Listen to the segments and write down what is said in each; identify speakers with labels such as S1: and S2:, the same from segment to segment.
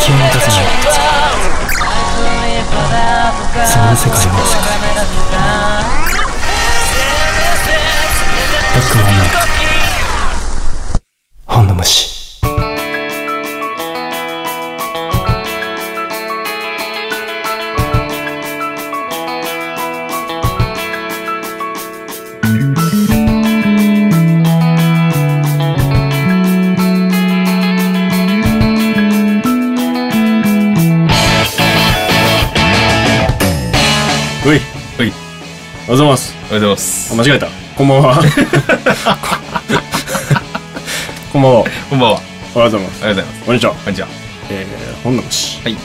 S1: 気を満たさないそんな世界は世界ロックマンナイト本の虫
S2: ういおはよ
S3: ほい
S2: うございます
S3: おはようございます
S2: あ間違えたこんばんはこんばんは
S3: こんばんは
S2: おはようございます
S3: おはようございます
S2: こんにちは、
S3: こんにちは
S2: えー、本の虫
S3: はい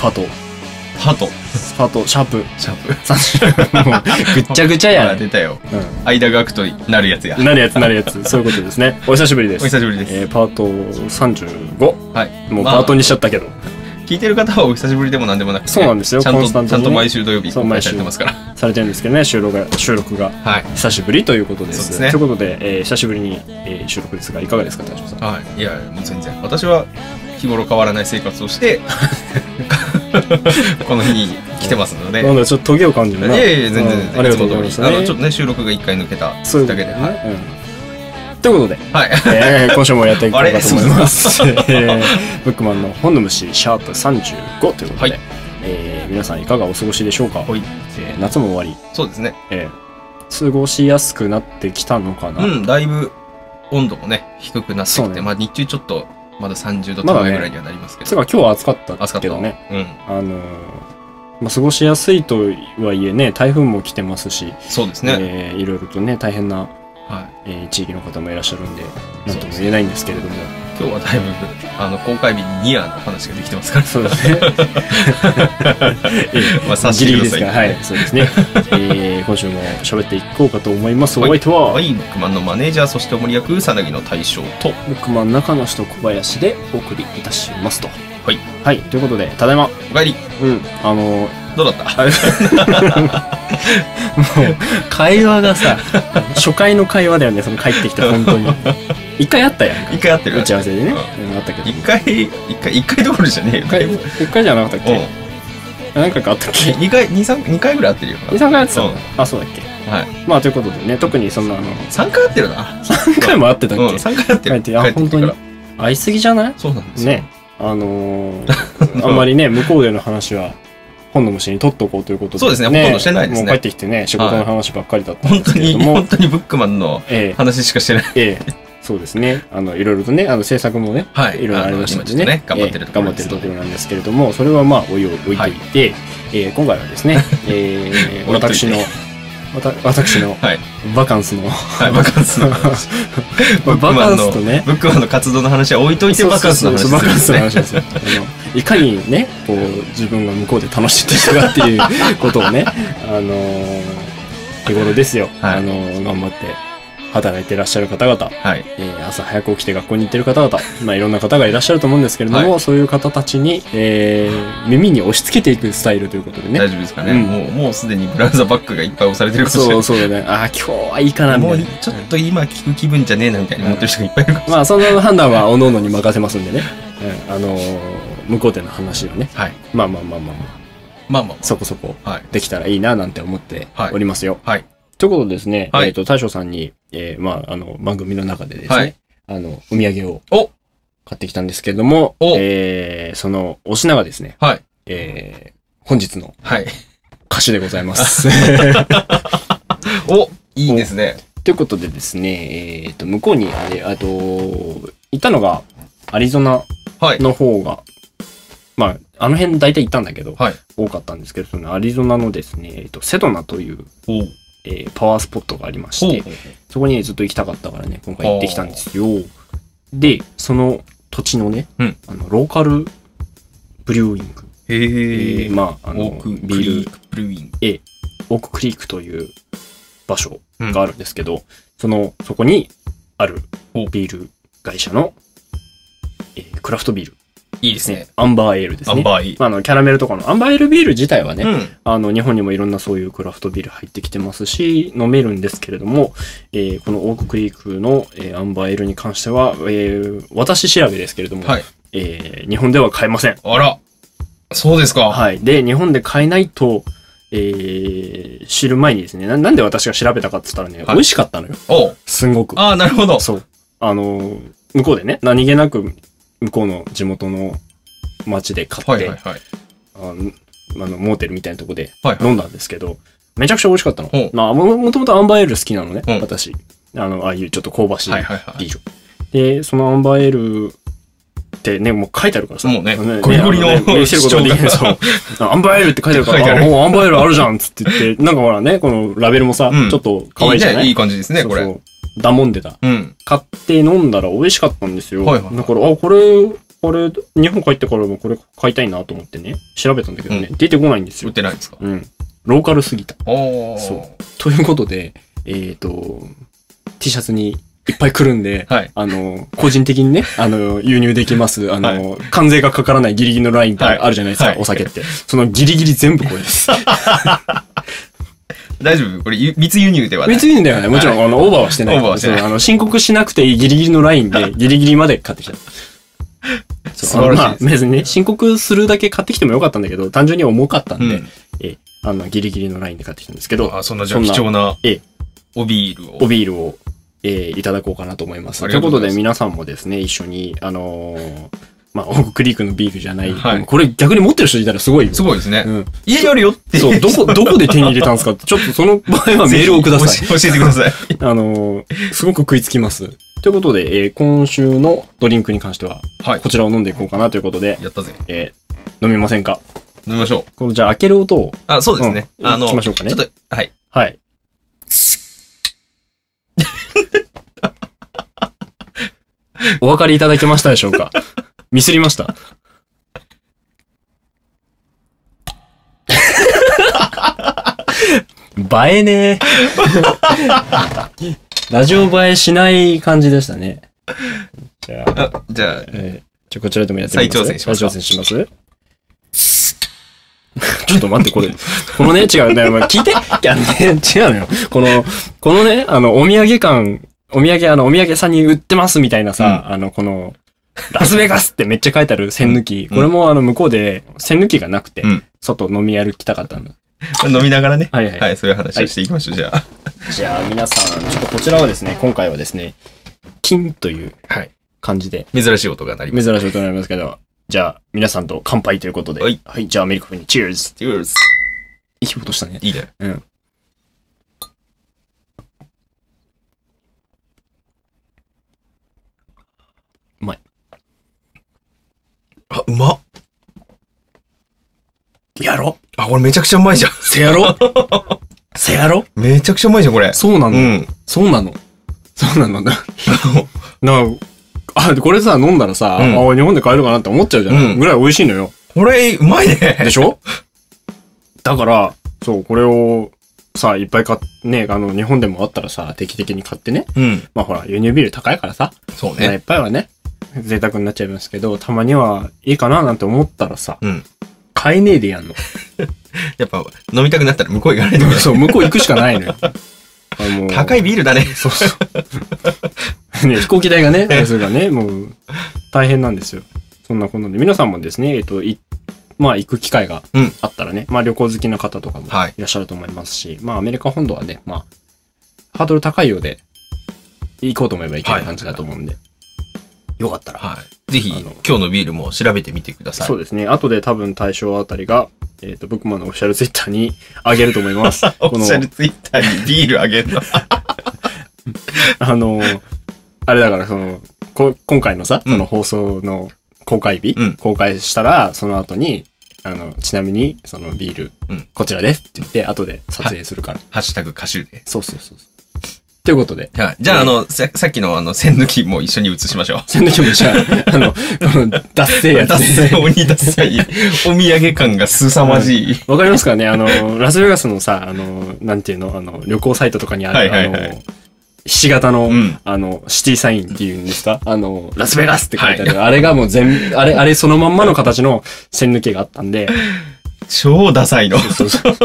S2: パート
S3: ハト
S2: パートシャープ
S3: シャープ
S2: 30もうぐっちゃぐちゃや
S3: あ
S2: ん、
S3: 出たよ
S2: う
S3: 間が空くとなるやつや
S2: ん、なるやつなるやつそういうことですねお久しぶりで
S3: お
S2: す
S3: 久しぶりです
S2: えー、パート35
S3: はい
S2: もう
S3: まあ
S2: パートにしちゃったけど、
S3: 聞いてる方はお久しぶりでもなんでもなくて
S2: そうなんですよ
S3: ちゃん
S2: コンスタン
S3: とち
S2: ト
S3: ゃ
S2: に
S3: んと毎週土曜日
S2: そう
S3: 公開
S2: 毎週
S3: されてますから
S2: されてるんですけどね収録が収録が
S3: はい
S2: 久しぶりということです
S3: そうですね
S2: ということで、えー久しぶりに、えー収録ですがいかがですか大将さん
S3: はいいやもう全然私は日頃変わらない生活をして この日に来てますので
S2: なんだちょっとトゲを感じる
S3: い
S2: な
S3: やいや全然全
S2: う
S3: 然、
S2: んありがとうございま
S3: いつ
S2: す
S3: も通りあのちょっとね収録が一回抜けた
S2: そういうこ
S3: だ
S2: と
S3: け
S2: で
S3: で
S2: ね
S3: はい、
S2: うんということで、
S3: はい、
S2: え ー今週もやっていこう
S3: あれ
S2: かと思います。えーブックマンの本の虫シャープ35ということで、
S3: はい
S2: えー皆さんいかがお過ごしでしょうか、
S3: ほい
S2: えー夏も終わり、
S3: そうですね
S2: えー過ごしやすくなってきたのかな、
S3: うん、だいぶ温度もね、低くなって
S2: そ
S3: き
S2: う
S3: て、
S2: ね
S3: まあ日中ちょっと、まだ30度
S2: ま
S3: 手
S2: だね
S3: 前ぐらいにはなりますけ
S2: つう
S3: ど、
S2: か今日は暑かった
S3: 暑かっ
S2: け
S3: た
S2: ど
S3: わ。
S2: ね、
S3: うん、
S2: あのーまあ、過ごしやすいとはいえね台風も来てますし、
S3: そうですね。
S2: えーいろいろとね大変な、
S3: はい。
S2: えー地域の方もいらっしゃるんでなん
S3: そう
S2: と
S3: で
S2: も
S3: すね
S2: 言えないんですけれども
S3: 今日はだいぶ、あの、公開日にニアの話ができてますから、
S2: そうです ね
S3: まあ察し
S2: ギ
S3: て
S2: リギ
S3: く
S2: リ
S3: だ
S2: で
S3: さ
S2: すが、はい、そ
S3: い
S2: う ですね。えー、今週も喋っていこうかと思います。お
S3: はい
S2: 相手は、
S3: ワインクマンのマネージャー、そしてお守り役、さなぎの大将と、
S2: 僕真ん中の人小林でお送りいたしますと。
S3: はい。
S2: はい、ということで、ただいま、
S3: お帰り、
S2: うん、あのー、
S3: どうだった
S2: あれもう、会話がさ、初回の会話だよね、その帰ってきた、本当に。一回あったやんか
S3: 一回会ってる
S2: 打ち合わせでね。う
S3: う
S2: ん、あったけど。
S3: ん一回、一回、一回どころじゃねえよ、
S2: 一
S3: だい
S2: 回、
S3: ぶ。うん。
S2: 一回じゃなかったっけ何回かあったっけ
S3: 二回、二三、二回ぐらい会ってるよ。
S2: ?2、3回あってた
S3: う
S2: の
S3: ん
S2: あ、そうだっけ
S3: はい。
S2: まあ、ということでね、特にそんな、あの、
S3: 三回会ってるな。
S2: 何回も会ってたっ
S3: うん、
S2: け
S3: 三回会ってる。
S2: 帰ってあ
S3: 帰ってきてから
S2: 本。会いすぎじゃない
S3: そうなんですよ。
S2: ねあの ーあんまりね向こうでの話は本の虫に取っとこうということで
S3: そうですねほとんどしてないですね
S2: もう帰ってきてね仕事の話ばっかりだったん
S3: 本
S2: です
S3: 当
S2: けれど
S3: に、
S2: も、
S3: 本当にブックマンの
S2: え
S3: 話しかしてない。
S2: えええそうですねあのいろいろとねあの制作もね、
S3: はい
S2: いろいろありましたんでね
S3: あの今ちょっとね頑張ってるところ
S2: ええ頑張ってるところなんですけれどもそれはまあおいおい置いといて、ええ今回はです ね、ええ
S3: 置いといて
S2: 私のわた私の
S3: はい。
S2: バカン スの
S3: はい、バカ ンスの話。
S2: バカン
S3: の
S2: スとね
S3: ブックマンの活動の話は置いといて、バカンスの話
S2: そ
S3: す
S2: うそうそうバ
S3: るん
S2: カン
S3: で
S2: ス
S3: す
S2: の
S3: ね。
S2: 話ですよ。あのいかにね、こう、自分が向こうで楽しんできたかっていう ことをね、あのー日頃ですよ。
S3: はい
S2: あのー頑張って働いていらっしゃる方々、
S3: はい。
S2: えー朝早く起きて学校に行ってる方々、まあいろんな方がいらっしゃると思うんですけれども、
S3: は
S2: そういう方たちに、えー耳に押し付けていくスタイルということでね
S3: 大。丈夫ですかね。
S2: うん
S3: もう、もうすでにブラウザバックがいっぱい押されてるかもしれ
S2: そ
S3: な
S2: うそうだね。ああ、今日はいいかな、
S3: い。
S2: み
S3: も
S2: た
S3: う
S2: いな。、
S3: ちょっと今聞く気分じゃねえな、みたいに思ってる人がいっぱいいるかもしれ
S2: まあその判断は各々に任せますんでね。うん、あのー向こうでの話をね。
S3: ない。はい。
S2: まあまあまあまあまあ。
S3: まあまあま
S2: そこそこ
S3: あ。はい。
S2: できたらいいななんて思っておりますよ。
S3: はい。
S2: ということでですね、
S3: はい
S2: えっ、と、大将さんに、えー、まあ、あの、番組の中でですね、
S3: はい
S2: あの、お土産を
S3: お
S2: 買ってきたんですけれども、
S3: お
S2: えー、そのお品がですね、
S3: はい。
S2: えー、本日の
S3: はい。
S2: 歌手でございます。
S3: おいいですね。
S2: ということでですね、えっ、と、向こうに、あれ、あと、行ったのが、アリゾナ
S3: はい。
S2: の方が、まあ、あの辺大体行ったんだけど、
S3: はい。
S2: 多かったんですけど、そのアリゾナのですね、えっ、と、セドナという、
S3: おう。
S2: えーパワースポットがありまし
S3: お
S2: て、そこにずっと行きたかったからね、今回行ってきたんですよ。で、その土地のね、
S3: うん
S2: あのローカルブリューイング、
S3: へえ。
S2: まあ、あ
S3: あ
S2: の
S3: オーク、
S2: ビール、
S3: ル、ブルーイング。
S2: オーククリークという場所があるんですけど、その、そこにある
S3: お
S2: ビール会社の、えークラフトビール
S3: いいで
S2: ですすね
S3: ね。。
S2: アンバーエールです
S3: アン
S2: ね。
S3: バーいい。
S2: まあ、あの、キャラメルとかの、アンバーエールビール自体はね、
S3: うん。
S2: あの、日本にもいろんなそういうクラフトビール入ってきてますし、飲めるんですけれども、えーこのオーククリークの、えーアンバーエールに関しては、えー私調べですけれども、
S3: はい。
S2: ええー日本では買えません。
S3: あら。そうですか。
S2: はい。で、日本で買えないと、えー知る前にですねな、なんで私が調べたかって言ったらね、
S3: はい
S2: 美味しかったのよ。
S3: おう
S2: すんごく。
S3: ああ、なるほど。
S2: そう。あのー向こうでね、何気なく、向こうの地元の町で買って、
S3: はいはいはい。
S2: あの、あのモーテルみたいなとこで
S3: はいはい
S2: 飲んだんですけど、めちゃくちゃ美味しかったの
S3: ほう。
S2: まあ、ももともとアンバーエール好きなのね、
S3: うん
S2: 私。あの、ああいうちょっと香ばしい
S3: はいはいはい
S2: ビール。で、そのアンバーエールってね、もう書いてあるからさ。
S3: もうね
S2: あの
S3: ゴリゴリの
S2: あね見せることができない。
S3: 主張
S2: そう。あアンバーエールって書いてあるか
S3: 書いてあ
S2: ら、
S3: る
S2: あもうアンバーエールあるじゃんっつって言って、なんかほらね、このラベルもさ、
S3: うん
S2: ちょっと可愛いじゃない
S3: いいねいい感じですね、
S2: そう
S3: これ。
S2: そううだもんでた。
S3: ん。
S2: 買って飲んだら美味しかったんですよ。
S3: はいはいはい
S2: だから、あ、これ、これ、日本帰ってからもこれ買いたいなと思ってね、調べたんだけどね、出てこないんです
S3: 売っ
S2: よ。
S3: てないんですか。
S2: うん。ローカルすぎた。
S3: おお。
S2: そうということで、えっ、ー、と、T シャツにいっぱいくるんで、
S3: はい。
S2: あの、個人的にね、 あの、輸入できます。あの、関税がかからないギリギリのラインってあるじゃないですか、
S3: はいはい
S2: お酒って。そのギリギリ全部これです。
S3: 大丈夫これ、ゆ密輸入ではない。
S2: 別にいいんだよね。もちろん、あの、オーバーはしてない。
S3: オーバーはしてない
S2: そうあの、申告しなくていいギリギリのライン で、ギリギリまで買ってきた。
S3: 素晴らし
S2: あ
S3: い
S2: のまあ
S3: です
S2: 別にね、申告するだけ買ってきてもよかったんだけど、単純に重かったんで、
S3: うん
S2: ええあの、ギリギリのラインで買ってきたんですけど、
S3: あ、そんなじゃあ
S2: そん
S3: 貴
S2: な
S3: 重な
S2: ええ
S3: おビールを。
S2: おビールを、えーいただこうかなと思います。
S3: あ
S2: と
S3: り
S2: い
S3: が
S2: う
S3: とう
S2: こと
S3: ございま
S2: で、
S3: す
S2: 皆さんもですね、一緒に、あのーまあ、オーククリークのビールじゃない、
S3: はい
S2: これ逆に持ってる人いたらすごいよ。
S3: すごいですね。
S2: うん。
S3: 家にあるよって。
S2: そう、どこ、どこで手に入れたんですかってちょっとその場合はメールをください。
S3: 教え教えてく ださい。
S2: あのーすごく食いつきます。ということで、えー今週のドリンクに関しては、
S3: はい
S2: こ。ちらを飲んでいこうかなということで、
S3: やったぜ。
S2: えー飲みませんか
S3: 飲みましょう。
S2: このじゃあ開ける音を、
S3: あ、そうですね。
S2: うん
S3: あの、
S2: 行きましょうかね
S3: ちょっと、はい。
S2: はい。お分かりいただけましたでしょうかミスりました映えねえラジオ映えしない感じでしたね。じゃあ、
S3: あじゃあ、
S2: えー、じゃあこちらでもやってみます
S3: 再挑戦します
S2: 再挑戦します ちょっと待って、これ。 このね、違うね。まあ聞いて。いや、ね、違うのよ。この、このね、あの、お土産感、お土産、あの、お土産屋さんに売ってますみたいなさ、あの、この、ラスベガスってめっちゃ書いてある線抜き。
S3: うん
S2: これもあの、向こうで線抜きがなくて、
S3: うん
S2: 外飲み歩きたかったんだ。
S3: 飲みながらね。
S2: はいはい
S3: はい、そういう話をしていきましょう、じゃあ。
S2: じゃあ、皆さん、ちょっとこちらはですね、今回はですね、金という
S3: はい。
S2: 感じで、
S3: 珍しい音が鳴ります。
S2: 珍しいことになりますけど、じゃあ、皆さんと乾杯ということで。
S3: はい。
S2: じゃあ、アメリカ君に、チェーズ
S3: Cheers
S2: いい音したね。
S3: いいね。
S2: うん。うまい。
S3: あ、うまっ。
S2: やろ
S3: あ、これめちゃくちゃうまいじゃん。
S2: せや ろせやろ
S3: めちゃくちゃうまいじゃん、これ。
S2: そうな
S3: う
S2: の、
S3: ん。
S2: そうなの。そうなのな。なあ、これさ、飲んだらさ、
S3: うん
S2: あ、日本で買えるかなって思っちゃうじゃない、
S3: うん
S2: ぐらい美味しいのよ。
S3: これ、うまいね。
S2: でしょ だから、そう、これを、さ、いっぱい買っ、ね、あの、日本でもあったらさ、定期的に買ってね。
S3: うん。
S2: まあほら、輸入ビール高いからさ、
S3: そう
S2: まあいっ
S3: ね。
S2: ぱいはね、贅沢になっちゃいますけど、たまにはいいかななんて思ったらさ、
S3: うん。
S2: 買えねえでやんの。
S3: やっぱ、飲みたくなったら向こう行かないとね。
S2: そう、向こう行くしかないのよ。あもう
S3: 高いビールだね。
S2: そう そう。ね、飛行機代がね、それがね、もう、大変なんですよ。そんなこんなんで、皆さんもですね、えっと、いまあ、行く機会が
S3: うん
S2: あったらね、まあ、旅行好きな方とかもい
S3: はい
S2: らっしゃると思いますし、まあ、アメリカ本土はね、まあ、ハードル高いようで、行こうと思えば行ける感じだと思うんで、よかったら。
S3: はい。ぜひ、
S2: あ
S3: 今
S2: の
S3: 日のビールも調べてみてください。
S2: そうですね。後で多分対象あたりが、えっ、と、ブックマンのオフィシャルツイッターにあげると思います。 こ
S3: オフィ
S2: の
S3: シャルツイッターにビールあげ るの。
S2: あの、あれだから、その、こ今回のさ、
S3: うん
S2: その放送の公開日、
S3: うん
S2: 公開したら、その後に、あの、ちなみに、そのビール、
S3: うん
S2: こちらですって言って、後で撮影するから。
S3: ハッシュタグ歌手で。
S2: そうそうそうそう。ということで、
S3: はい。じゃあ、あ
S2: ね
S3: の、ささっきのあの、線抜きも一緒に移しましょう。
S2: その時もじゃあ、あの、この、脱線 や
S3: ダ
S2: つ
S3: ッサい、鬼ダッサい。お土産感が凄まじい。
S2: わかりますかねあの、ラスベガスのさ、あの、なんていうの、あの、旅行サイトとかにある、
S3: はいはいはい
S2: あの、ひし形の、
S3: うん
S2: あの、シティサインっていうんですかあの、ラスベガスって書いてある。あれがもう全、あれ、あれそのまんまの形の線抜けがあったんで、
S3: 超ダサいの。
S2: そうそう。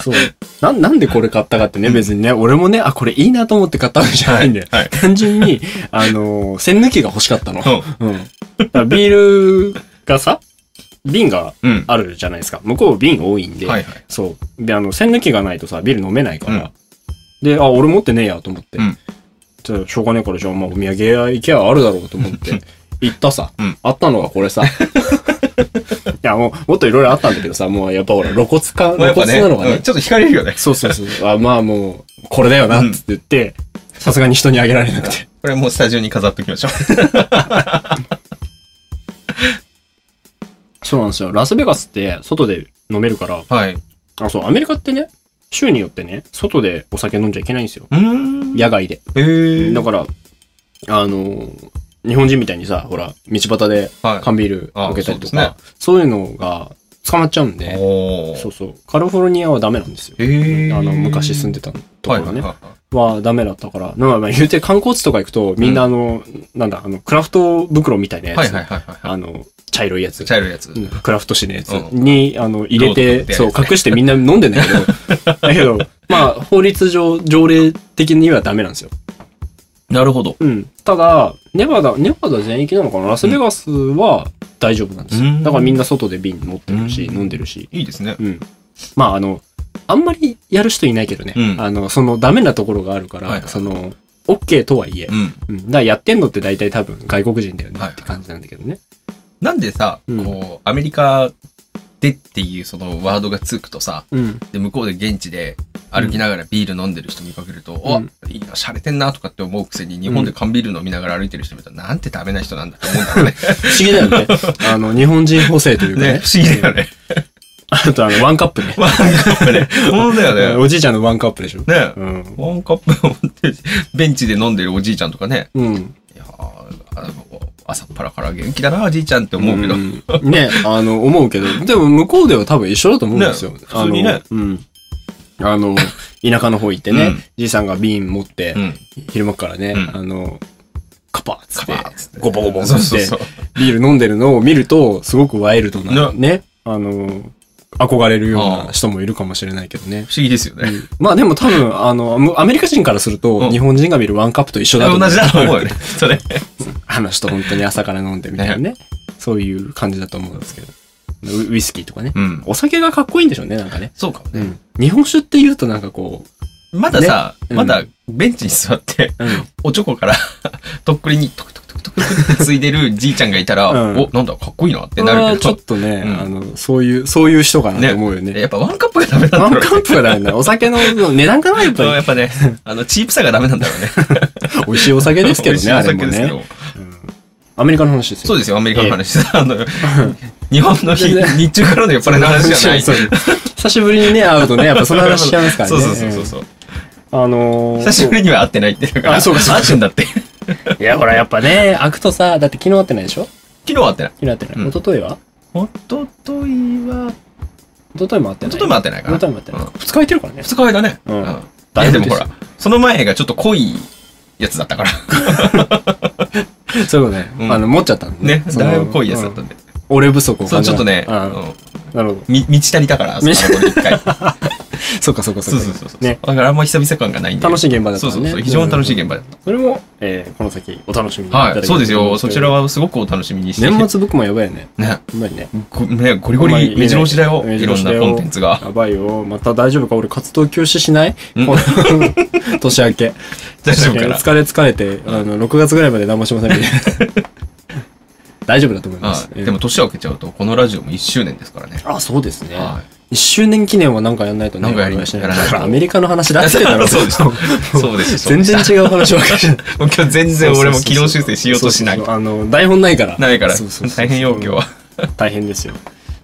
S2: そう。なん、なんでこれ買ったかってね、別にね、俺もね、あ、これいいなと思って買ったわけじゃないんだよ。
S3: はいはい
S2: 単純に、あのー栓抜きが欲しかったの。
S3: そ
S2: うん。だからビールがさ、瓶が
S3: う。うん。
S2: あるじゃないですか。向こう瓶多いんで。
S3: はいはい。
S2: そう。で、あの、栓抜きがないとさ、ビール飲めないから。
S3: うん
S2: で、あ、俺持ってねえやと思って。
S3: うん
S2: じゃあしょうがねえから、じゃあ、まあ、お土産屋行けばあるだろうと思って。行ったさ、
S3: うん
S2: あったのがこれ さ。いや、もう、もっといろいろあったんだけどさ、もうやっぱほら、露骨か、
S3: まあ
S2: 露
S3: やっぱ
S2: 骨
S3: ね、
S2: なのがね。
S3: うんちょっと惹かれるよね。
S2: そうそうそう。あ、まあもう、これだよな、って言って、さすがに人にあげられなくて。
S3: これもうスタジオに飾っときましょう。
S2: そうなんですよ。ラスベガスって、外で飲めるから、
S3: はい。う
S2: あ、そう、アメリカってね、州によってね、外でお酒飲んじゃいけないんですよ。
S3: ーん。
S2: 野外で。
S3: へー
S2: だから、あのー日本人みたいにさ、ほら、道端で
S3: はい。
S2: 缶ビール
S3: あ
S2: 開けたりとか、
S3: そ
S2: そ
S3: う
S2: ういうのが捕まっちゃうんで、
S3: おー
S2: そうそう、カリフォルニアはダメなんですよ。
S3: へー
S2: あの、昔住んでたところがね、
S3: はい
S2: は
S3: はいはい
S2: ダメだったから、まあまあ言うて観光地とか行くと、みんなあの、なんだ、あの、クラフト袋みたいなやつ、
S3: はいはいはいは
S2: あの、茶色いやつ
S3: い。。茶色いやつ。
S2: うんクラフト紙のやつ
S3: うん
S2: に、あの、入れ
S3: ロードとかって
S2: て、
S3: やつ
S2: そ
S3: ね
S2: う、隠してみんな飲んでんだけど、 だけど、まあ、法律上、条例的にはダメなんですよ。
S3: なるほど。
S2: うん。ただ、ネバダ、ネバダ全域なのかなラスベガスは大丈夫なんですよ。
S3: うん
S2: だからみんな外で瓶持ってるし、
S3: うん
S2: 飲んでるし。
S3: いいですね。
S2: うん。まあ、あの、あんまりやる人いないけどね。
S3: うん
S2: あの、そのダメなところがあるから、
S3: はいはい
S2: その、OK とはいえ、
S3: うん。
S2: うん。だからやってんのって大体多分外国人だよね
S3: はい
S2: って感じなんだけどね。
S3: なんでさ、
S2: うん
S3: こう、アメリカでっていうそのワードがつくとさ、
S2: うん。
S3: で、向こうで現地で歩きながらビール飲んでる人見かけると、お
S2: うん
S3: いいな、洒落てんなとかって思うくせに、日本で缶ビール飲みながら歩いてる人見たら、なんて食べない人なんだって思うんだろうね。
S2: 不思議だよ ね。あの、日本人補正というかね。
S3: ね、不思議だよ ね。
S2: あとあの、ワンカップね。
S3: ワンカッ プね。本当だよね。
S2: おじいちゃんのワンカップでしょ。
S3: ね
S2: うん。
S3: ワンカップを持って、ベンチで飲んでるおじいちゃんとかね。
S2: うん。
S3: いやーあの朝っぱらから元気だな、おじいちゃんって思うけど。
S2: んね、あの、思うけど、でも向こうでは多分一緒だと思うんですよ。
S3: ね普通にね
S2: あのうん。あの、田舎の方行ってね、
S3: うん
S2: じいさんが瓶持って、
S3: うん。
S2: 昼間からね、
S3: うん
S2: あの、カパッつっ
S3: カバーッつって
S2: て、ゴボゴボっ
S3: そう
S2: つ
S3: そう
S2: っ
S3: そ
S2: て
S3: う、。
S2: ビール飲んでるのを見ると、すごくワイルドな、ね、あの、憧れるよう
S3: ああ
S2: な人もいるかもしれないけどね。
S3: 不思議ですよね。
S2: まあでも多分、あの、むアメリカ人からすると、
S3: うん
S2: 日本人が見るワンカップと一緒だと思う。
S3: 同じだと思うよね。それ。
S2: あの人本当に朝から飲んでみたいなね。そういう感じだと思うんですけど。ウウイスキーとかね。
S3: うん。
S2: お酒がかっこいいんでしょうね、なんかね。
S3: そうかも
S2: う
S3: ね。
S2: ん。日本酒って言うとなんかこ
S3: まださ、
S2: ねうん
S3: まだベンチに座って、
S2: う、うん。
S3: おちょこから、 とっくりにトクトクトクトクってついでるじいちゃんがいたら、
S2: うん
S3: お、なんだ、かっこいいなってなる
S2: ち
S3: け
S2: ょっ
S3: ど、
S2: とね、
S3: うん
S2: あの、そういう、そういう人かなと思うよね。
S3: やっぱワンカップがダメな
S2: ワ
S3: んだ
S2: ン
S3: ろうね
S2: カップがダメだ。お酒の値段かな、やっ
S3: そうや
S2: ぱ
S3: っぱね、あの、チープさがダメなんだろ うね。
S2: り。美味しいお酒ですけどね、あれも
S3: 美味しいお酒ですけ
S2: ね。
S3: ど
S2: アメリカの話ですよ。
S3: そうですよ、アメリカの話。あの、日本の日
S2: 全然
S3: 日中からの酔っ払いの話じゃない。
S2: そうです久しぶりにね、会うとね、やっぱその話しちゃいますから
S3: そ
S2: ね。
S3: うそうそうそうそう。
S2: うん。あのー
S3: 久しぶりには会ってないっていうから。
S2: あそうかそうか
S3: 会ってんだって。昨
S2: いや、ほら、やっぱね、開くとさ、だって昨日会ってないでしょ
S3: 日は会ってない。
S2: 昨日会ってない。
S3: うん
S2: 一昨日は
S3: おとといは、
S2: 一昨日も会って
S3: お
S2: ない。
S3: とといも会ってないか
S2: 一
S3: な。
S2: 昨日も会ってない。
S3: うん
S2: 二日空いてるからね。
S3: 二日間ね。
S2: うん
S3: い
S2: だ
S3: や
S2: いぶ
S3: でもほら
S2: で、
S3: その前がちょっと濃いやつだったから。
S2: そういうことね
S3: う。ん
S2: あの、持っちゃったん
S3: ね。
S2: その
S3: だいぶ濃いやつだった
S2: うん
S3: んで。
S2: 俺不足を
S3: そ
S2: 感
S3: う、
S2: じ
S3: ち
S2: た
S3: ょっとね、
S2: う
S3: うんん
S2: なるほど。
S3: み満ち足りたから、あそこ
S2: 満
S3: の
S2: ち
S3: 一 回。
S2: そうかそうかそ
S3: そ
S2: う
S3: う
S2: か。
S3: そうそうそう。だ
S2: ね。
S3: からあんま久々感がないんで。
S2: 楽しい現場だった
S3: そう
S2: ね。
S3: そうそう。非常に楽しい現場だった。
S2: それも、えーこの先、お楽しみにいただけ
S3: は
S2: れ
S3: い、
S2: ば
S3: そうです
S2: と思い
S3: よ。
S2: ます
S3: そちら。はすごくお楽しみにしてて。
S2: 年末僕もやばいよね。
S3: ね、
S2: やばいね。
S3: ごね、ゴリゴリ目白押しだよ。いろんなコンテンツが。
S2: やばいよ。また大丈夫か俺活動休止しない
S3: うん
S2: こ の年明け。
S3: 大丈夫かな
S2: 疲れ疲れて、あの、6月ぐらいまで何もしませんみたい な大丈夫だと思いま
S3: は
S2: す。
S3: い。でも年を明けちゃうと、このラジオも1周年ですからね。
S2: あ、そうですね。
S3: は
S2: 1周年記念は何かやんないとね。
S3: なんかやり
S2: お願いしない
S3: やらないと
S2: だからアメリカの話出してたろ。
S3: そうでしい。そうです。そう
S2: 全
S3: でし
S2: 然
S3: た
S2: 違う話ばっかりじゃん。
S3: もう今日全然俺も軌道修正しようとしない
S2: そう。そうそうあの、台本ないから。
S3: ないから、
S2: そうそうそう
S3: 大変よ、今日は。
S2: 大変ですよ。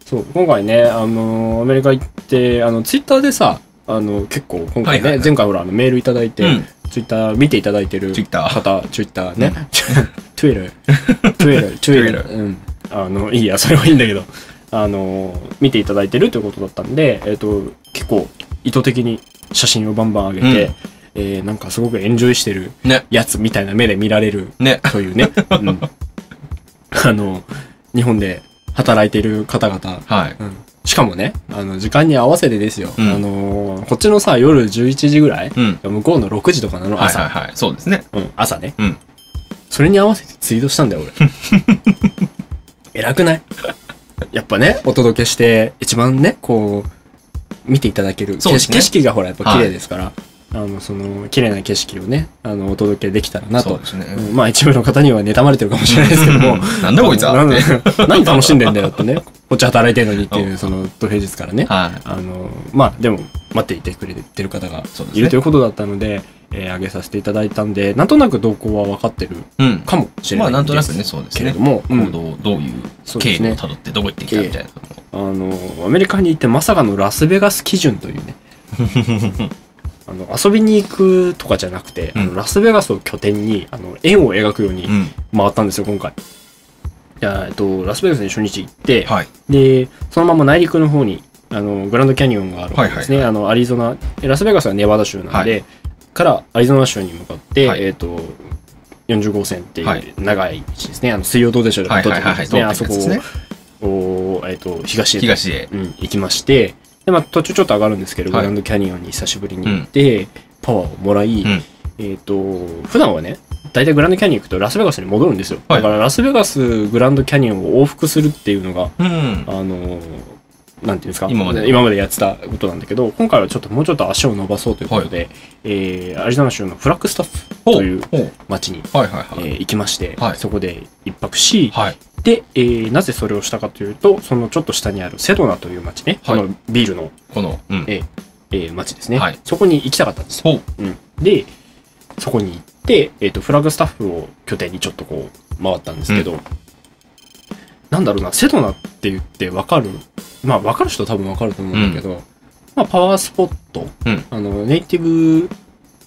S2: そう、今回ね、あのーアメリカ行って、あの、ツイッターでさ、あの、結構、今
S3: は
S2: 回
S3: い
S2: ね、
S3: はいはい
S2: 前回ほら、あの、メールいただいて、
S3: うん
S2: ツイッター見ていただいてる
S3: Twitter
S2: 方、ツイッター ね、ツイッター、ツイッター、ツイッター、うん。あの、いいや、それはいいんだけど、あのー見ていただいてるということだったんで、えっ、と、結構、意図的に写真をバンバン上げて、
S3: うん
S2: えーなんかすごくエンジョイしてる
S3: ね。
S2: やつみたいな目で見られる
S3: ね。
S2: というね、うん、あの日本で働いている方々、
S3: はい。
S2: うんしかもね、あの、時間に合わせてですよ。
S3: うん
S2: あのーこっちのさ、夜11時ぐらい、
S3: うん。
S2: 向こうの6時とかなの、
S3: はい
S2: 朝。
S3: はいはい。そうですね。
S2: うん、朝ね。
S3: うん。
S2: それに合わせてツイートしたんだよ、 俺。偉くないやっぱね、お届けして、一番ね、こう、見ていただける。
S3: そ
S2: 景
S3: うです
S2: 色
S3: ね
S2: 景色がほら、やっぱ綺麗ですから、あの、その、綺麗な景色をね、あの、お届けできたらな
S3: そう
S2: と
S3: で。すね。
S2: うんまあ、一部の方には妬まれてるかもしれないですけども。
S3: なんだ こいつは
S2: あの
S3: っ
S2: な
S3: て。
S2: ん何楽しんでんだよってね。 こっち働いてんのにっていうう、その、土平日からね。
S3: はい。
S2: あの、まあ、でも、待っていてくれてる方が
S3: そうです
S2: い
S3: ね
S2: るということだったので、えー、上げさせていただいたんで、なんとなく動向は分かってる
S3: うん。
S2: かもしれ
S3: ま
S2: な
S3: あ
S2: い
S3: なんとなく
S2: で
S3: ね、
S2: す
S3: そうです
S2: けれ
S3: ね
S2: ど。も、う
S3: 行
S2: ん
S3: 動をどういう
S2: そう
S3: 経
S2: です
S3: 緯を
S2: ね。
S3: 辿ってどこ行ってきたみたいな。
S2: あの、アメリカに行ってまさかのラスベガス基準という ね。あの遊びに行くとかじゃなくて、あ
S3: う
S2: の
S3: ん
S2: ラスベガスを拠点にあの円を描くように
S3: うん。
S2: 回ったんですよ、今回。いやえっと、ラスベガスに初日行って、
S3: はい。
S2: で、そのまま内陸の方に、あの、グランドキャニオンがあるわけですね。
S3: はい
S2: あの、アリゾナ、えラスベガスはネバダ州なんで、
S3: は
S2: からアリゾナ州に向かって、
S3: はい
S2: えっ、と、40号線ってい
S3: はいう
S2: 長い道ですね。あの、水曜どうでしょう
S3: はいはい
S2: 通
S3: は
S2: っ
S3: い
S2: て
S3: は
S2: るんで
S3: い。
S2: すね。あ
S3: 通
S2: そ
S3: っ
S2: こ
S3: てるやつですね
S2: を、えっ、と、東へと
S3: 東へ。
S2: うん、行きまして、で、まあ、途中ちょっと上がるんですけど、
S3: はい
S2: グランドキャニオンに久しぶりに行って、パワーをもらい、
S3: うん
S2: えっ、と、普段はね、大体グランドキャニオン行くとラスベガスに戻るんですよ。
S3: はい
S2: だからラスベガス、グランドキャニオンを往復するっていうのが、
S3: うん。
S2: あの、なんていうんですか
S3: 今まで
S2: 今までやってたことなんだけど、今回はちょっともうちょっと足を伸ばそうということで、えーアリゾナ州のフラッグスタッフ
S3: ほ
S2: と
S3: う
S2: いう。
S3: ほう。
S2: 町に、
S3: はいはい
S2: え
S3: はい。
S2: ー行きまして、
S3: はい
S2: そこで一泊し、
S3: はい。
S2: で、えーなぜそれをしたかというと、そのちょっと下にあるセドナという町ね、
S3: はい
S2: このビールの、
S3: この、うん。
S2: えーえー町ですね、
S3: はい
S2: そこに行きたかったんですよ。
S3: ほう。
S2: うん、で、そこに行って、えっ、と、フラッグスタッフを拠点にちょっとこう、回ったんですけど、なんだろうな、セドナって言ってわかる、まあわかる人多分わかると思うんだけど、まあパワースポット、
S3: うん
S2: あの、ネイティブ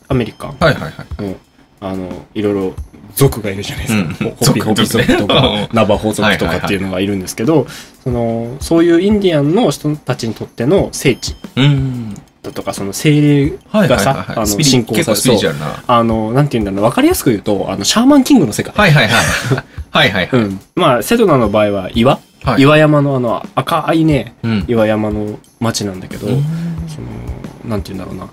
S2: アメリカン
S3: はいはいはい。
S2: の、あの、いろいろ族がいるじゃないですか。
S3: うん
S2: ホホピホピ族
S3: 族ね
S2: と
S3: うん
S2: か、ナバホ族とかっていうのがいるんですけど、その、そういうインディアンの人たちにとっての聖地
S3: うん。
S2: だとか、その精霊
S3: はいは
S2: が
S3: い
S2: さ、
S3: はいはい。
S2: あ
S3: ス
S2: の、
S3: ピリ
S2: 信仰
S3: 結
S2: さ
S3: 構
S2: れ
S3: スピリチュアルな。
S2: あの、なんて言うんだろうな、わかりやすく言うと、あの、シャーマンキングの世界。
S3: はいは いはい。はいはいは
S2: う
S3: い。
S2: ん。まあ、セドナの場合は岩、
S3: はい。
S2: 岩山のあの、赤いね、
S3: うん。
S2: 岩山の町なんだけど、
S3: うん
S2: その、なんて言うんだろうな。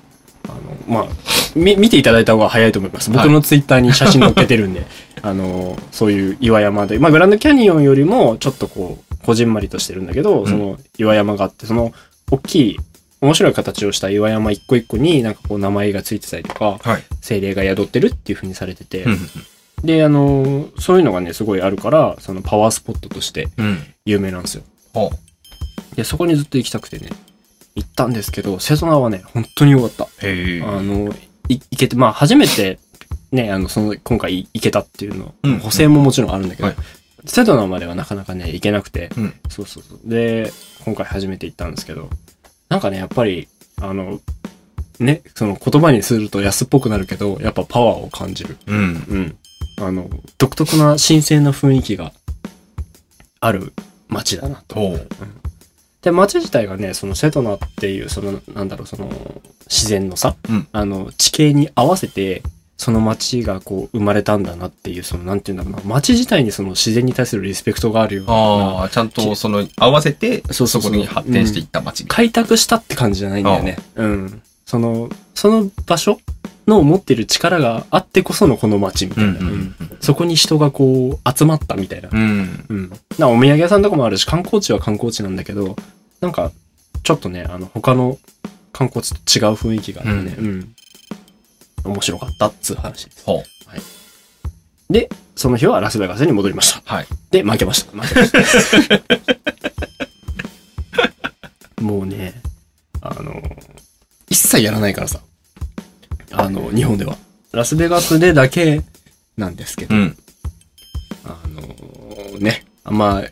S2: あの、まあ、み、見ていただいた方が早いと思います。
S3: はい
S2: 僕のツイッターに写真載っけてるん で、あの、そういう岩山で、まあ、グランドキャニオンよりも、ちょっとこう、こじんまりとしてるんだけど、
S3: うん
S2: その岩山があって、その、大きい、面白い形をした岩山一個一個になんかこう名前がついてたりとか、
S3: はい。
S2: 精霊が宿ってるっていう風にされてて、
S3: うん
S2: で、あの、そういうのがね、すごいあるから、そのパワースポットとして
S3: うん。
S2: 有名なんですよ。
S3: ほう。
S2: で、そこにずっと行きたくてね、行ったんですけど、セゾナはね、本当に良かった。
S3: へえ。
S2: あの、い行けて、まあ初めて、ね、あの、その、今回行けたっていうの、
S3: うん
S2: 補正ももちろんあるんだけど、
S3: はい
S2: セドナまではなかなかね、行けなくて、
S3: うん
S2: そうそうそう。で、今回初めて行ったんですけど、なんかね、やっぱり、あの、ね、その言葉にすると安っぽくなるけど、やっぱパワーを感じる。
S3: うん。
S2: うん。あの、独特な新鮮な雰囲気がある街だなと。
S3: ほう。
S2: で、街自体がね、そのセトナっていう、その、なんだろう、その、自然のさ、
S3: うん
S2: あの、地形に合わせて、その街がこう生まれたんだなっていう、その、なんていうんだろうな、街自体にその自然に対するリスペクトがあるような、
S3: ああ、ちゃんとその合わせて、
S2: そうそ
S3: そう
S2: そう
S3: こに発展していった街。
S2: 開拓したって感じじゃないんだよね。うん。その、その場所の持ってる力があってこそのこの街みたいな。うんそこに人がこう集まったみたいな
S3: うん。うん。
S2: うん。なお土産屋さんとかもあるし、観光地は観光地なんだけど、なんか、ちょっとね、あの、他の観光地と違う雰囲気があってね、うん。面白かったっつう話です。
S3: ほう。
S2: で、その日はラスベガスに戻りました。
S3: はい。
S2: で、負けました。負けました。もうね、あの、一切やらないからさ。あの、日本では。ラスベガスでだけなんですけど、
S3: うん。
S2: あのね、あんま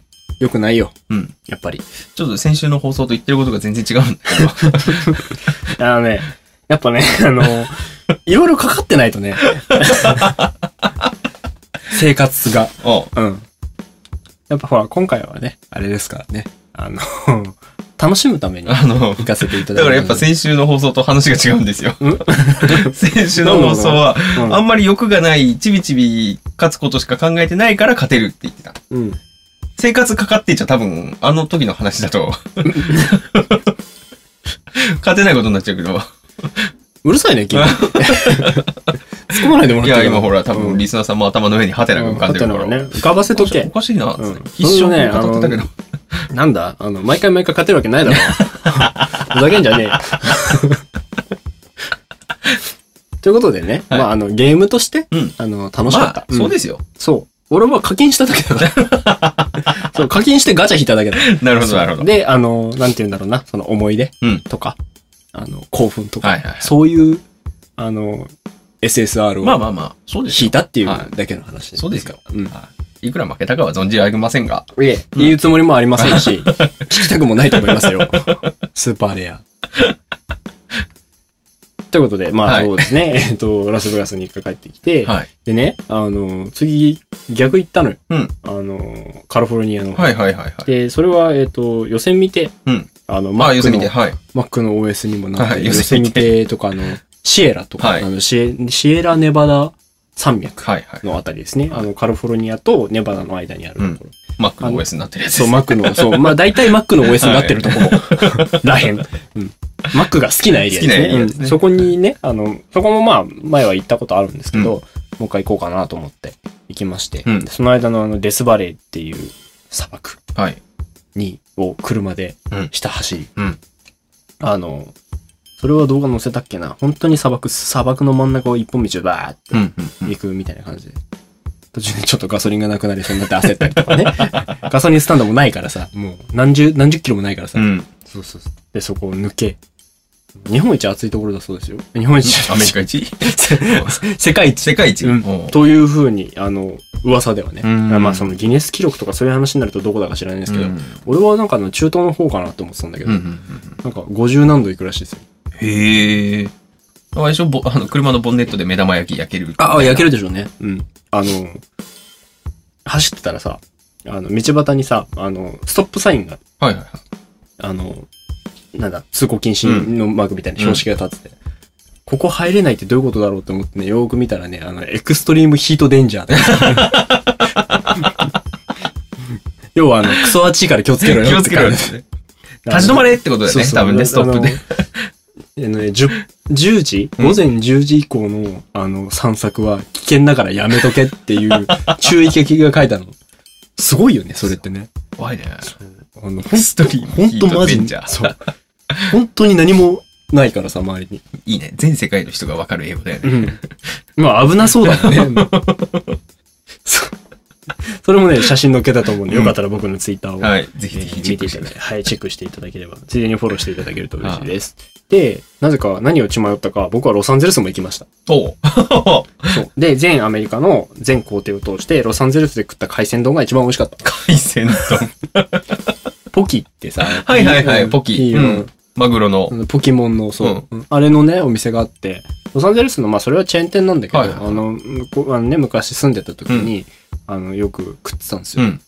S2: 良くないよ。
S3: うん。
S2: やっぱり。
S3: ちょっと先週の放送と言ってることが全然違うんだけど。
S2: あのね、やっぱね、あの、いろいろかかってないと ね。生活が。
S3: おう
S2: うん。やっぱほら、今回はね、あれですからね。あの、楽しむために
S3: あの、
S2: 行かせていただい
S3: だか
S2: た
S3: らやっぱ先週の放送と話が違うんですよ
S2: うん。
S3: 先週の放送は、
S2: うん
S3: あんまり欲がない、ちびちび勝つことしか考えてないから勝てるって言ってた。
S2: うん。
S3: 生活かかっていっちゃ多分、あの時の話 だと、勝てないことになっちゃうけど、
S2: うるさいね、君。 突っ込まないでもら
S3: い
S2: っていいかな
S3: や、今ほら、多分、リスナーさんも頭の上にハテナが浮かんでるか
S2: うん
S3: ら。
S2: 勝手なのね浮かばせとけ
S3: おかしいな、
S2: うん
S3: 一生語ってたけど。
S2: なんだあの、毎回毎回勝てるわけ ないだろ。ふざけんじゃねえよ。ということでね、
S3: はい
S2: まあ、あの、ゲームとして、
S3: うん
S2: あの、楽しか
S3: ま
S2: った。。
S3: あ、そうですすよ。
S2: そう。俺は課金しただけだ から。そう、課金してガチャ引いただけだ。
S3: なるほど、なるほど。
S2: で、あの、なんて言うんだろうな、その思い出
S3: うん。
S2: とか、あの、興奮とか、
S3: はいはいはい
S2: そういう、あの、SSR
S3: まあま
S2: を
S3: あまあ、そうです
S2: 引
S3: よ
S2: いたっていう
S3: は
S2: だけの話
S3: そうですよ。
S2: うん。
S3: はいいくら負けたかは存じ上げませんが、
S2: いえ、
S3: うん
S2: 言うつもりもありません し、聞きたくもないと思いますよ。スーパーレア。ということで、まあ
S3: はい
S2: そうですね、 えっと、ラスベガスに一回帰ってきて、
S3: はい。
S2: でね、あの、次、逆行ったのよ。
S3: うん
S2: あの、カリフォルニアの。
S3: はいはいはいはい。
S2: で、それは、えっと、予選見て、
S3: うん
S2: あの、
S3: まあ、
S2: Mac
S3: 要するに、
S2: の、
S3: はい。
S2: Mac の OS にもなって、
S3: はい
S2: 予
S3: 予
S2: 選
S3: 選
S2: 見
S3: 見て
S2: てとか、あの、シエラとか、
S3: はい
S2: あのシエシエラネバダ山脈
S3: はいはい。
S2: のあたりですね。あの、カリフォルニアとネバダの間にあるところ。
S3: マックの OS になってるやつ
S2: そ
S3: で
S2: う、
S3: す。
S2: Mac の、そう、まあ大体 Mac の OS になってるところ、らへん。うん。Mac が好きなエリアです
S3: 好
S2: ね
S3: きなエリアです
S2: う
S3: ね
S2: ん。そこにね、あの、そこもまあ、前は行ったことあるんですけど、もう一回行こうかなと思って行きまして、
S3: うん
S2: でその間のあの、デスバレーっていう砂漠
S3: はい。
S2: に、を車で
S3: うん
S2: ひた走り、
S3: うん
S2: あの、それは動画載せたっけな本当に砂漠、砂漠の真ん中を一本道をバーって
S3: うんうんうん。
S2: 行くみたいな感じで。途中でちょっとガソリンがなくなりそうになって焦ったりとか ね。ガソリンスタンドもないからさ、もう何十、何十キロもないからさ。
S3: うん。
S2: そうそうそう。で、そこを抜け。日本一暑いところだそうですよ。日本一。
S3: アメリカ一
S2: 世界一。
S3: 世界一。
S2: う
S3: お
S2: ん。というふうに、あの、噂ではね。
S3: うん
S2: まあ、そのギネス記録とかそういう話になるとどこだか知らないですけど、
S3: うん
S2: 俺はなんかあの中東の方かなと思ってたんだけ
S3: うん
S2: ど、
S3: うんうん
S2: なんか50何度行くらしいですよ。
S3: うん。へえ。最初、ぼあの、車のボンネットで目玉焼き焼ける。
S2: ああ、焼けるでしょうね。うん。あの、走ってたらさ、あの、道端にさ、あの、ストップサインが、
S3: はいはいはい。
S2: あの、なんだ、通行禁止のマークみたいな標識が立ってて、ここ入れないってどういうことだろうって思ってね、よーく見たらね、あの、エクストリームヒートデンジャーって。 要はあの、クソ暑いから気をつけろよ
S3: 気をつけろよ。
S2: って
S3: 立ち止まれってことだよね。多分ね、ストップで。。
S2: あのあのね、10, 10時、午前10時以降の、あの、散策は危険だからやめとけっていう注意書きが書いたの。すごいよね、それってね。
S3: 怖いね。
S2: あの、ほん
S3: ストリーム
S2: ほん
S3: ヒー
S2: とマ
S3: トベ
S2: ジ
S3: ン
S2: に
S3: ジャ。ー。
S2: そう。本当に何もないからさ、周りに。
S3: いいね。全世界の人がわかる英語だよ
S2: う
S3: ね。
S2: ん。まあ、危なそうだ よね。そう。それもね、写真載っけたと思うんで、よかったら僕のツイッターを
S3: はい。ぜ
S2: え
S3: ひぜ
S2: ー
S3: ひチェ
S2: 見
S3: ッ
S2: て
S3: ク
S2: い
S3: してて
S2: い
S3: く
S2: ただ
S3: ださ
S2: き、はい、チェックしていただければ、ついでにフォローしていただけると嬉しいです。で、なぜか何を血迷ったか、僕はロサンゼルスも行きました。
S3: い。おう
S2: そう。で、全アメリカの全工程を通して、ロサンゼルスで食った海鮮丼が一番美味しかった。
S3: 海鮮 丼。
S2: ポキってさ、
S3: はいはいはい
S2: うん
S3: ポキ
S2: いいよ
S3: マグロの
S2: あ。のポケモンの、そう、うんあれのね、お店があって、ロサンゼルスの、まあ、それはチェーン店なんだけど、
S3: はいはいはい
S2: あの、向こうあのね、昔住んでた時に、あの、よく食ってたんです
S3: う
S2: よ。
S3: ん。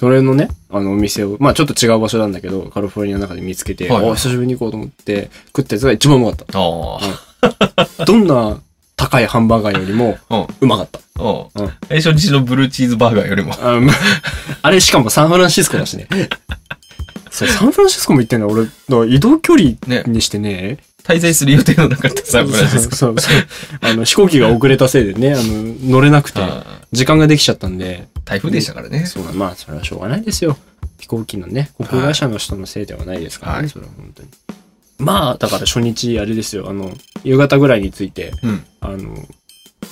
S2: それのね、あの、お店を、まあ、ちょっと違う場所なんだけど、カリフォルニアの中で見つけて、
S3: はいはい
S2: お久しぶりに行こうと思って、食ったやつが一番うまかっ
S3: あ
S2: た。どんな高いハンバーガーよりも、
S3: あ。うん。
S2: うまかった。
S3: う
S2: うんん。
S3: 最初日のブルーチーズバーガーよりも。
S2: あまあ あれ、しかもサンフランシスコだ しね。そう、サンフランシスコも行ってんだ、俺。だから移動距離
S3: ね
S2: にしてね
S3: 滞在する予定のなかったサンフランシスコ。
S2: そうそうそうあの飛行機が遅れたせいでね、あの乗れなくて、
S3: ああ
S2: 時間ができちゃったんで、
S3: 台風でしたからね。
S2: そうまあ、それはしょうがないですよ。飛行機のね、航空会社の人のせいではないですからね、
S3: はい
S2: それは本当に。まあ、だから初日、あれですよ、あの、夕方ぐらいについて、
S3: うん。
S2: あの、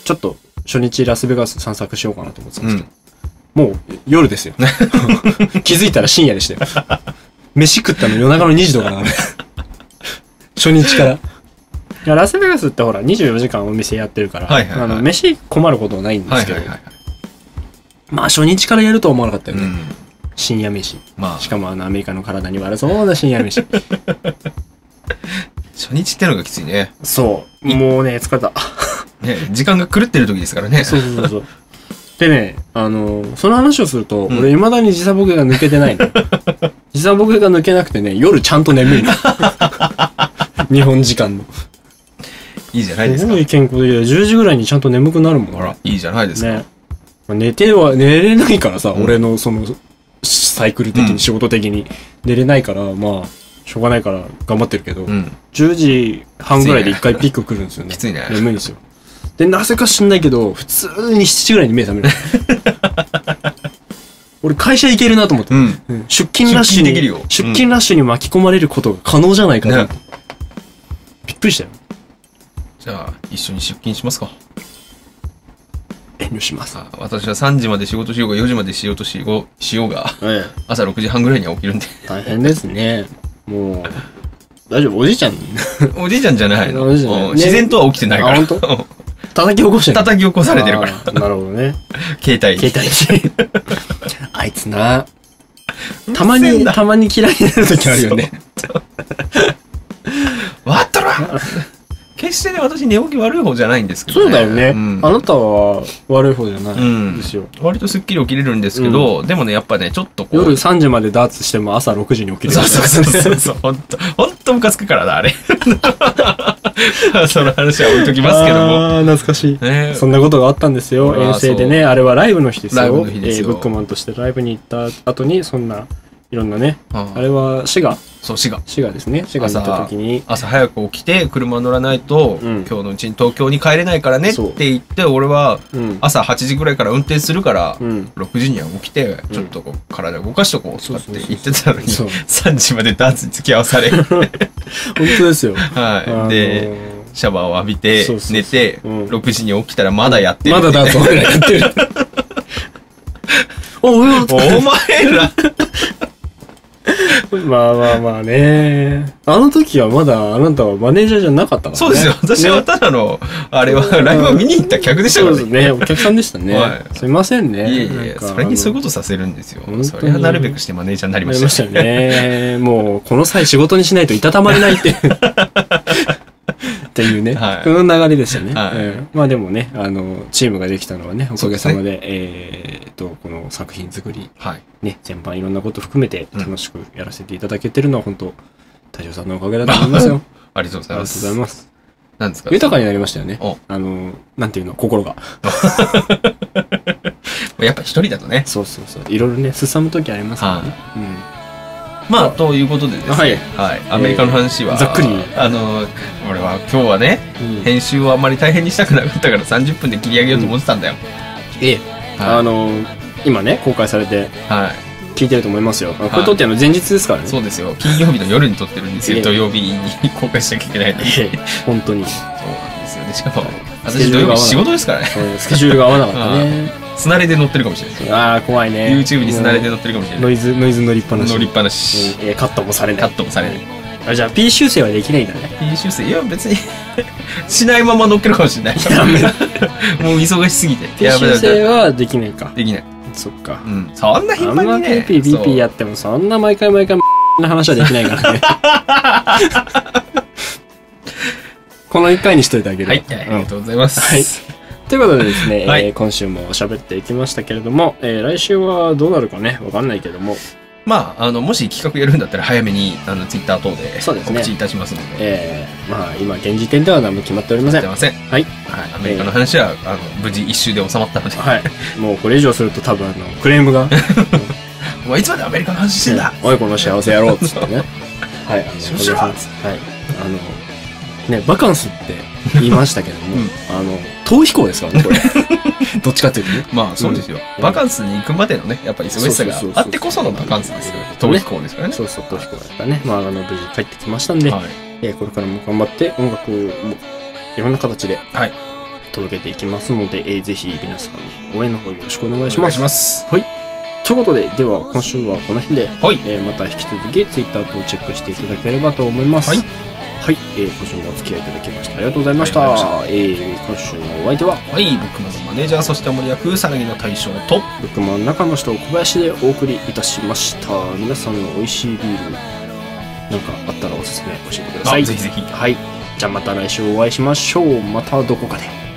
S2: ちょっと初日ラスベガス散策しようかなと思ってたん
S3: う
S2: ですけ
S3: ん
S2: ど、。もう夜ですよ。 気づいたら深夜でしたよ。 飯食ったの夜中の2時とかなの初日から。いやラスベガスってほら24時間お店やってるから、
S3: はいはいはい
S2: あの飯困ることはないんで
S3: は
S2: す
S3: い
S2: けど、
S3: はいはい。
S2: まあ初日からやるとは思わなかったよ
S3: う
S2: ね、
S3: ん。
S2: 深夜飯
S3: まあ、
S2: しかもあのアメリカの体に悪そうな深夜飯
S3: 初日ってのがきついね。
S2: そうもうね疲れた
S3: ね、時間が狂ってる時ですからね。
S2: そうそうそうそうでねあのその話をすると、
S3: うん
S2: 俺いまだに時差ボケが抜けて ないの時差ボケが抜けなくてね夜ちゃんと眠い の日本時間の
S3: いいじゃないです
S2: す
S3: か
S2: ご。い健康的で10時ぐらいにちゃんと眠くなるもん
S3: ほら、いいじゃないですか。
S2: ねまあ寝ては寝れないからさ、
S3: うん
S2: 俺のそのしサイクル的
S3: うん
S2: に仕事的に。寝れないから、まあ、しょうがないから頑張ってるけど、
S3: うん。
S2: 10時半ぐらいで一回ピーク来るんですよね。
S3: きついね
S2: 眠いんですよ。で、なぜか知んないけど、普通に7時ぐらいに目覚める。 俺会社行けるなと思って。
S3: うん。
S2: うん出勤ラッシュに
S3: 出勤できるよ
S2: 出勤ラッシュに巻き込まれることが可能じゃないかと思って、びっくりしたよ。
S3: じゃあ、一緒に出勤しますか。
S2: 遠慮します。
S3: あ私は3時まで仕事しようが4時まで仕事しようしようが、
S2: え
S3: 朝6時半ぐらいには起き るんで。
S2: え、大変ですね。もう、大丈夫、おじいちゃん、
S3: おじいちゃんじゃないの。
S2: おじいちゃんじゃない
S3: うん自然とは起きてないか
S2: あ
S3: ら。
S2: 本叩き起こしてる
S3: 叩き起こされてるから。
S2: あーなるほど ね。
S3: 携帯に。
S2: 携帯に。 あいつな。たま
S3: うるせえん
S2: に、
S3: だ
S2: たまに嫌いになる時あるよね。
S3: わっとら決してね、私寝起き悪い方じゃないんですけど、
S2: そ
S3: ね。
S2: うだよね。
S3: ん
S2: あなたは悪い方じゃな
S3: う
S2: いん
S3: ん
S2: ですよ。
S3: 割とすっきり起きれるんですけど、でもね、やっぱね、ちょっとこう。
S2: 夜3時までダーツしても朝6時に起きる。
S3: そうそうそうそう そう。ほんと、ほんとムカつくからな、あれ。 その話は置いときますけども。
S2: ああ、懐かしい。
S3: ね
S2: そんなことがあったんですよ。
S3: あー
S2: 遠征でね、あれはライブの日ですよ。
S3: ライブの日ですよ
S2: えーブックマンとしてライブに行った後に、そんな、いろんなね、
S3: うん
S2: あれは滋賀、
S3: そう、滋賀。
S2: 滋賀ですね。滋賀に行った時に、
S3: 朝早く起きて、車乗らないと、
S2: うん
S3: 今日のうちに東京に帰れないからねっ
S2: そう
S3: て言って、俺は
S2: うん。
S3: 朝8時ぐらいから運転するから、
S2: うん。
S3: 6時には起きて、ちょっとこう体動かしとこうとかって言ってたのに、
S2: そうそうそうそう
S3: 3時までダンスに付き合 わされ、
S2: 本当ですよ。
S3: はい。で、
S2: あ
S3: シャワーを浴びて
S2: そうそうそ、う
S3: 寝て、
S2: うん
S3: 6時に起きたらまだやってる。
S2: のーまだダーツ俺らやって る。おお
S3: お前 ら
S2: まあまあまあね。あの時はまだあなたはマネージャーじゃなかったからね。
S3: そうですよ。私は
S2: ね
S3: ただの、あれは、ライブを見に行った客でした
S2: そ
S3: か
S2: う
S3: ら
S2: です
S3: ね。
S2: ね。お客さんでしたね
S3: は。い
S2: すいませんね。
S3: いえいえ
S2: な、んか
S3: それにそういうことさせるんですよ
S2: 本当。に
S3: それはなるべくしてマネージャーになりま
S2: なりまし
S3: したた
S2: よ
S3: ね。
S2: ね。もう、この際仕事にしないといたたまれない って。っていうね、
S3: はい
S2: この流れでしたね、
S3: はい
S2: うんまあでもね、あの、チームができたのはね、おかげさま
S3: そう
S2: で、えーっと、この作品作り、
S3: はい。
S2: ね、全般いろんなこと含めて
S3: うん
S2: 楽しくやらせていただけてるのは本当、大将さんのおかげだと思います よ。
S3: ありがとうご
S2: あ
S3: ざい
S2: りが
S3: ま
S2: とう
S3: す。
S2: ございます。
S3: なんですか
S2: 豊かになりましたよね
S3: お。
S2: あの、なんていうの、心が。
S3: やっぱ一人だとね。
S2: そうそうそう。いろいろね、進むときありますからね。
S3: まあ、ということでですね。
S2: はい
S3: はい。アメリカの話は、
S2: ざっくり
S3: あの、俺は今日はね、
S2: うん。うん
S3: 編集をあんまり大変にしたくなかったから30分で切り上げようと思ってたんだよ。
S2: ええ、
S3: はい
S2: あの今ね公開されて
S3: はい。
S2: 聞いてると思いますよ、これ撮ってるの前日ですからね
S3: そうですよ。金曜日の夜に撮ってるんです
S2: え
S3: よ。
S2: え
S3: 土曜日に公開しなきゃいけないのに。
S2: ええ本当に
S3: そうなんですよね。しか
S2: ス
S3: も、
S2: ケ
S3: 私
S2: ジュ
S3: 土
S2: ールが合わな
S3: 曜
S2: い
S3: 日仕事ですからね。
S2: そうスケジュールが合わなかったね
S3: すなれで乗ってるかもしれない。
S2: ああ怖いね
S3: YouTube にすなれで
S2: も
S3: 乗ってるかもしれ
S2: う
S3: な
S2: ノ
S3: い。
S2: イズノイズ乗りっぱなし
S3: 乗りっぱなし。
S2: うんええカットもされない
S3: カットもされない
S2: あじゃあ P 修正はできないんだね
S3: 編集生、いや別に、 しないまま乗っけるかもしれない。 もう忙しすぎて。い
S2: P
S3: や
S2: 修
S3: だ
S2: 正はできないか
S3: できない。
S2: そっか
S3: うん。そんな
S2: あ
S3: 頻
S2: んな
S3: 繁にね。
S2: PP
S3: そう
S2: BP やってもそんな毎回毎回な話はできないから ねこの1回にしといてあげる
S3: はい。ありがとうございます。
S2: はいということでですね、
S3: はい
S2: えー今週も喋っていきましたけれども、えー来週はどうなるかね、わかんないけども、
S3: まあ、あの、もし企画やるんだったら早めに、あの、Twitter 等で
S2: そうですね
S3: 告知いたしますので。
S2: えーまあ今現時点では何も決まっておりませ
S3: や
S2: ん。
S3: って
S2: は
S3: ません。
S2: い。
S3: はい。アメリカの話は、あの、無事一周で収まったので。
S2: はい。もうこれ以上すると多分あの、クレームが、
S3: お前いつまでアメリカの話してんだ
S2: おいこの幸せやろうっつって ね。はい。あの、
S3: そうしろ
S2: これははい。あの、ね、バカンスって言いましたけども、
S3: うん
S2: あの、逃避行ですからね、これ。 どっちかというとね。
S3: まあそうですよ、
S2: うん
S3: バカンスに行くまでのね、やっぱ忙しさが
S2: そうそうそうそう
S3: あってこそのバカンスですよ。
S2: そう
S3: 逃
S2: ね
S3: 避行ですからね。
S2: そうそう、逃避行だったね。まああの、無事帰ってきましたんで、
S3: はい。
S2: えーこれからも頑張って音楽もいろんな形で
S3: はい
S2: 届けていきますので、えーぜひ皆さん応援の方よろしくお願いし
S3: お願
S2: ま
S3: い
S2: す。
S3: します。
S2: ということで、では今週はこの辺で、
S3: はい。
S2: えーまた引き続き Twitter とチェックしていただければと思います。
S3: はい
S2: はい、えー今週もお付き合いいただきましてありがとうございました。
S3: ありがとうご
S2: えー今週のお相手は、
S3: はい、ブックマンのマネージャー、そして森役、さなぎの大将と、
S2: ブックマン中の人小林でお送りいたしました。皆さんの美味しいビール、なんかあったらおすすめ教えてください。
S3: あぜひぜひ
S2: はい。じゃあまた来週お会いしましょう。またどこかで。